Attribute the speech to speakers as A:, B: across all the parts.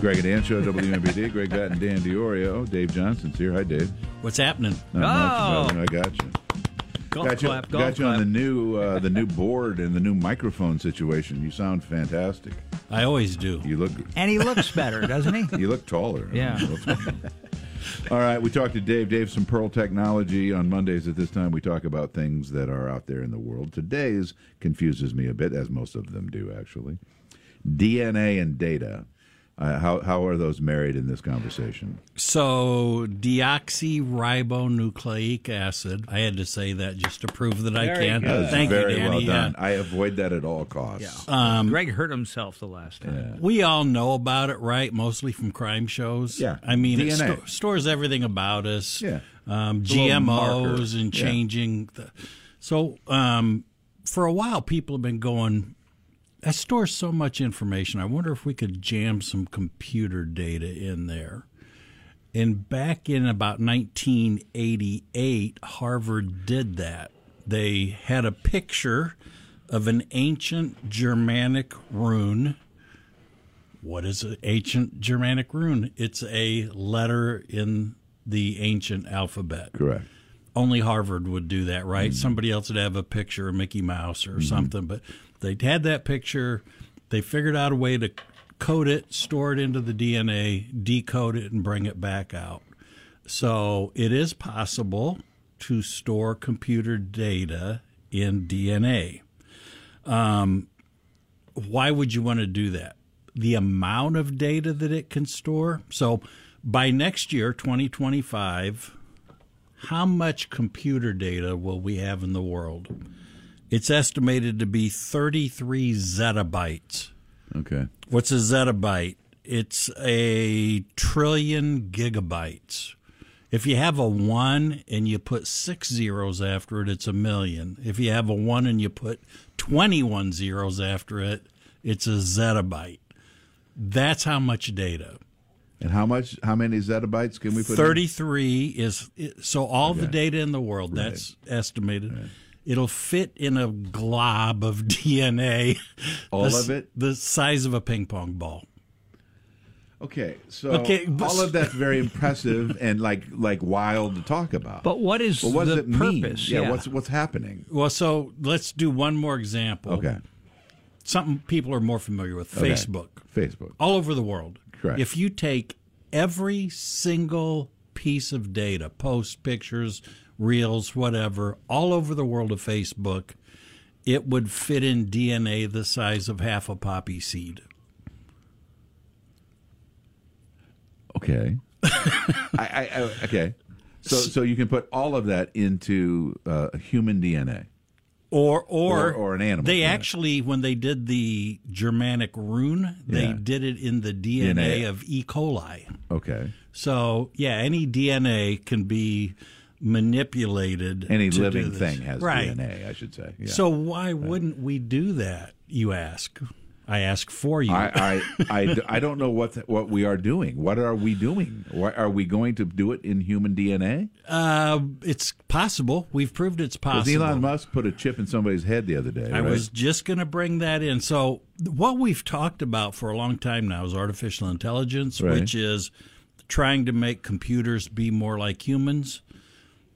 A: Greg and Dan Show, WMBD. Greg Batten, Dan Diorio. Oh, Dave Johnson's here. Hi, Dave.
B: What's happening?
A: Not much, but I got you.
B: golf
A: got you,
B: Oh. clap, golf
A: got you
B: clap.
A: on the new uh, the new board and the new microphone situation. You sound fantastic.
B: I always do.
A: You look
C: And he looks better, doesn't he?
A: you look taller.
C: Yeah.
A: All right, we talked to Dave. Dave some Pearl Technology on Mondays at this time. We talk about things that are out there in the world. Today's confuses me a bit, as most of them do actually. DNA and data. Uh, how how are those married in this conversation?
B: So, deoxyribonucleic acid. I had to say that just to prove that I
C: Very
B: can.
C: good.
A: That's
B: Thank
A: very
B: you, Danny.
A: well done.
B: Yeah. Uh,
A: I avoid that at all costs.
B: Um,
C: Greg hurt himself the last time.
B: We all know about it, right? Mostly from crime shows.
A: Yeah.
B: I mean, it
A: DNA.
B: sto- stores everything about us.
A: Yeah. a
B: Um,
A: little marker.
B: GMOs and
A: Yeah.
B: changing. The, so, um, for a while, people have been going, that stores so much information. I wonder if we could jam some computer data in there. And back in about 1988, Harvard did that. They had a picture of an ancient Germanic rune. What is an ancient Germanic rune? It's a letter in the ancient alphabet.
A: Correct.
B: Only Harvard would do that, right? Somebody else would have a picture of Mickey Mouse or something, but they had that picture. They figured out a way to code it, store it into the DNA, decode it, and bring it back out. So it is possible to store computer data in DNA. Um, why would you want to do that? The amount of data that it can store. So by next year, 2025, how much computer data will we have in the world? It's estimated to be 33 zettabytes.
A: Okay.
B: What's a zettabyte? It's a trillion gigabytes. If you have a one and you put six zeros after it, it's a million. If you have a one and you put 21 zeros after it, it's a zettabyte. That's how much data.
A: And how much? How many zettabytes can we put? in?
B: 33 is so all the data in the world that's estimated it'll fit in a glob of dna
A: All
B: the s-
A: of it?
B: the size of a ping pong ball
A: Okay, so
B: Okay, but-
A: all of that's very impressive and like like wild to talk about.
C: But what is
A: But what does
C: the
A: it mean?
C: purpose?
A: Yeah, what's what's happening?
B: well so let's do one more example
A: Okay,
B: something people are more familiar with
A: okay.
B: facebook
A: Facebook.
B: all over the world
A: Correct.
B: if you take every single piece of data posts pictures reels whatever all over the world of facebook it would fit in dna the size of half a poppy seed
A: Okay, I, I, I okay. So so you can put all of that into uh, human DNA.
B: or or
A: Or- or an animal,
B: They
A: yeah.
B: actually, when they did the Germanic rune, they
A: Yeah.
B: did it in the DNA,
A: DNA.
B: of E. coli.
A: Okay,
B: So yeah, any DNA can be manipulated.
A: any
B: to do
A: living
B: this.
A: thing has
B: right.
A: DNA. I should say. Yeah.
B: So why wouldn't we do that? You ask. I ask for you.
A: I, I, I, I don't know what the, what we are doing. What are we doing? Why, are we going to do it in human DNA?
B: uh, it's possible. We've proved it's
A: Because
B: possible.
A: Elon Musk put a chip in somebody's head the other day.
B: I
A: right?
B: was just going to bring that in. So, what we've talked about for a long time now is artificial intelligence,
A: Right.
B: which is trying to make computers be more like humans.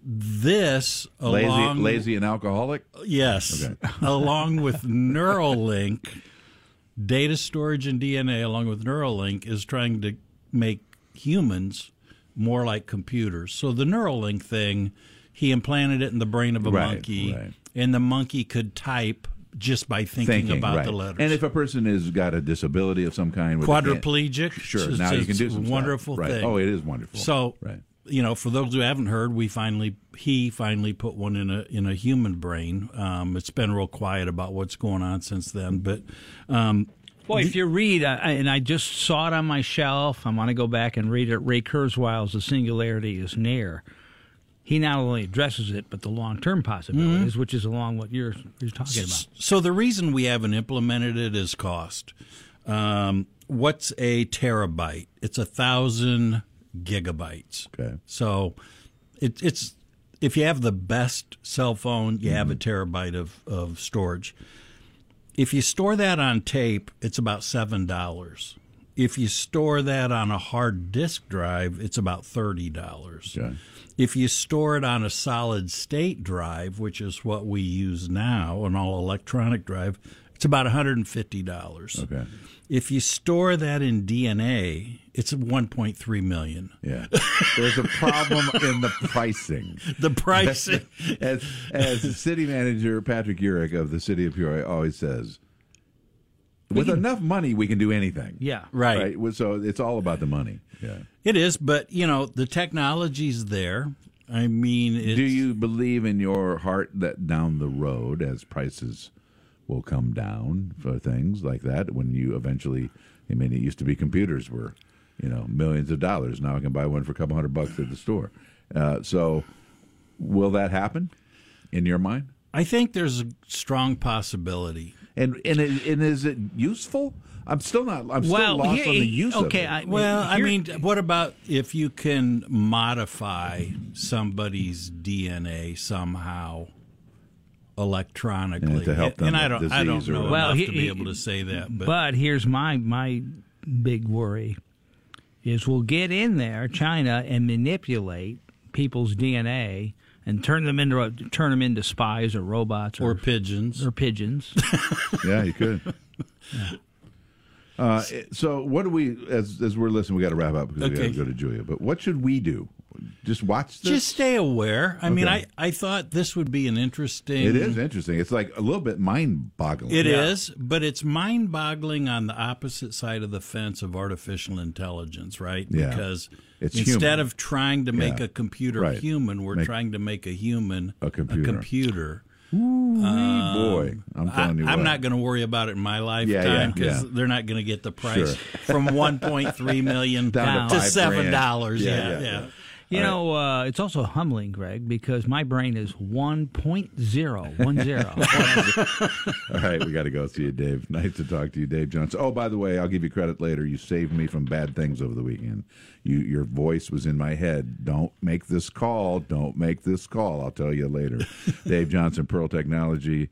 B: This
A: lazy,
B: along
A: lazy and alcoholic.
B: yes, along with Neuralink data storage and DNA along with Neuralink is trying to make humans more like computers. So the Neuralink thing, he implanted it in the brain of a
A: Right,
B: monkey
A: right.
B: and the monkey could type just by thinking,
A: thinking
B: about
A: right.
B: the letters.
A: And if a person has got a disability of some kind, where they can't-
B: quadriplegic,
A: sure,
B: it's-
A: now you can
B: it's
A: do
B: a
A: some stuff.
B: wonderful
A: Right.
B: thing.
A: Oh, it is wonderful.
B: So,
A: right,
B: you know, for those who haven't heard, we finally he finally put one in a in a human brain. Um, it's been real quiet about what's going on since then, but um,
C: Boy, if you read, I, I- and I just saw it on my shelf, I want to go back and read it. Ray Kurzweil's "The Singularity Is Near." He not only addresses it, but the long-term possibilities,
B: Mm-hmm.
C: which is along what you're you're talking about.
B: so the reason we haven't implemented it is cost. Um, what's a terabyte? It's a thousand gigabytes.
A: Okay.
B: So it, it's if you have the best cell phone, you have a
A: Mm-hmm.
B: terabyte of, of storage. If you store that on tape, it's about seven dollars. If you store that on a hard disk drive, it's about thirty dollars.
A: Okay.
B: If you store it on a solid state drive, which is what we use now, an all electronic drive, it's about one hundred and fifty dollars.
A: Okay.
B: If you store that in DNA, it's one point three million.
A: Yeah. There's a problem in the pricing.
B: The price.
A: As, as city manager Patrick Urick of the city of Peoria always says, with enough money, we can do anything.
C: Yeah.
B: Right.
A: Well, So it's all about the money. Yeah.
B: It is, but you know, the technology's there. I mean, it's,
A: Do you believe in your heart that down the road, as prices will come down for things like that, when you eventually, I mean, it used to be computers were, you know, millions of dollars. Now I can buy one for a couple hundred bucks at the store. Uh, so will that happen in your mind?
B: I think there's a strong possibility.
A: And and it, and is it useful? I'm still not. I'm still
C: Well,
A: lost
C: here-
A: on the use of
C: okay,
A: it.
C: I-
B: Well, I
C: here-
B: mean, what about if you can modify somebody's DNA somehow electronically?
A: And to help them
B: and I
A: with
B: don't, I don't
A: disease or
B: know
A: whatever.
B: well,
C: Well,
B: enough
C: he-
B: to be
C: he-
B: able to say that, but,
C: But here's my my big worry is we'll get in there, China, and manipulate people's DNA and turn them into turn them into spies or robots
B: or
C: or
B: pigeons.
C: or pigeons.
A: yeah, you could. Uh, it- so what do we as as we're listening? We got to wrap up because we got
B: Okay.
A: to go to Julia. But what should we do? Just watch this.
B: Just stay aware. I mean,
A: Okay.
B: I, I thought this would be an interesting.
A: it is interesting. It's like a little bit mind boggling.
B: It is, but it's mind boggling on the opposite side of the fence of artificial intelligence, right?
A: Yeah.
B: Because
A: It's
B: instead
A: human.
B: of trying to make
A: Yeah.
B: a computer
A: Right.
B: human, we're
A: Make-
B: trying to make a human
A: A computer. Oh,
B: computer.
A: boy. I'm
B: Um, I,
A: telling you,
B: am
A: what.
B: not going to worry about it in my
A: yeah,
B: lifetime because
A: yeah.
B: they're not going to get the price
A: Sure.
B: from 1.3 million
A: Down to
B: to
A: five
B: seven
A: grand.
B: dollars.
A: Yeah,
B: Yeah
A: yeah,
B: yeah,
A: yeah.
C: You know, uh, it's also humbling, Greg, because my brain is 1.0, 1.0.
A: All right, we got to go. See you, Dave. Nice to talk to you, Dave Johnson. Oh, by the way, I'll give you credit later. You saved me from bad things over the weekend. You, your voice was in my head. Don't make this call. Don't make this call. I'll tell you later. Dave Johnson, Pearl Technology,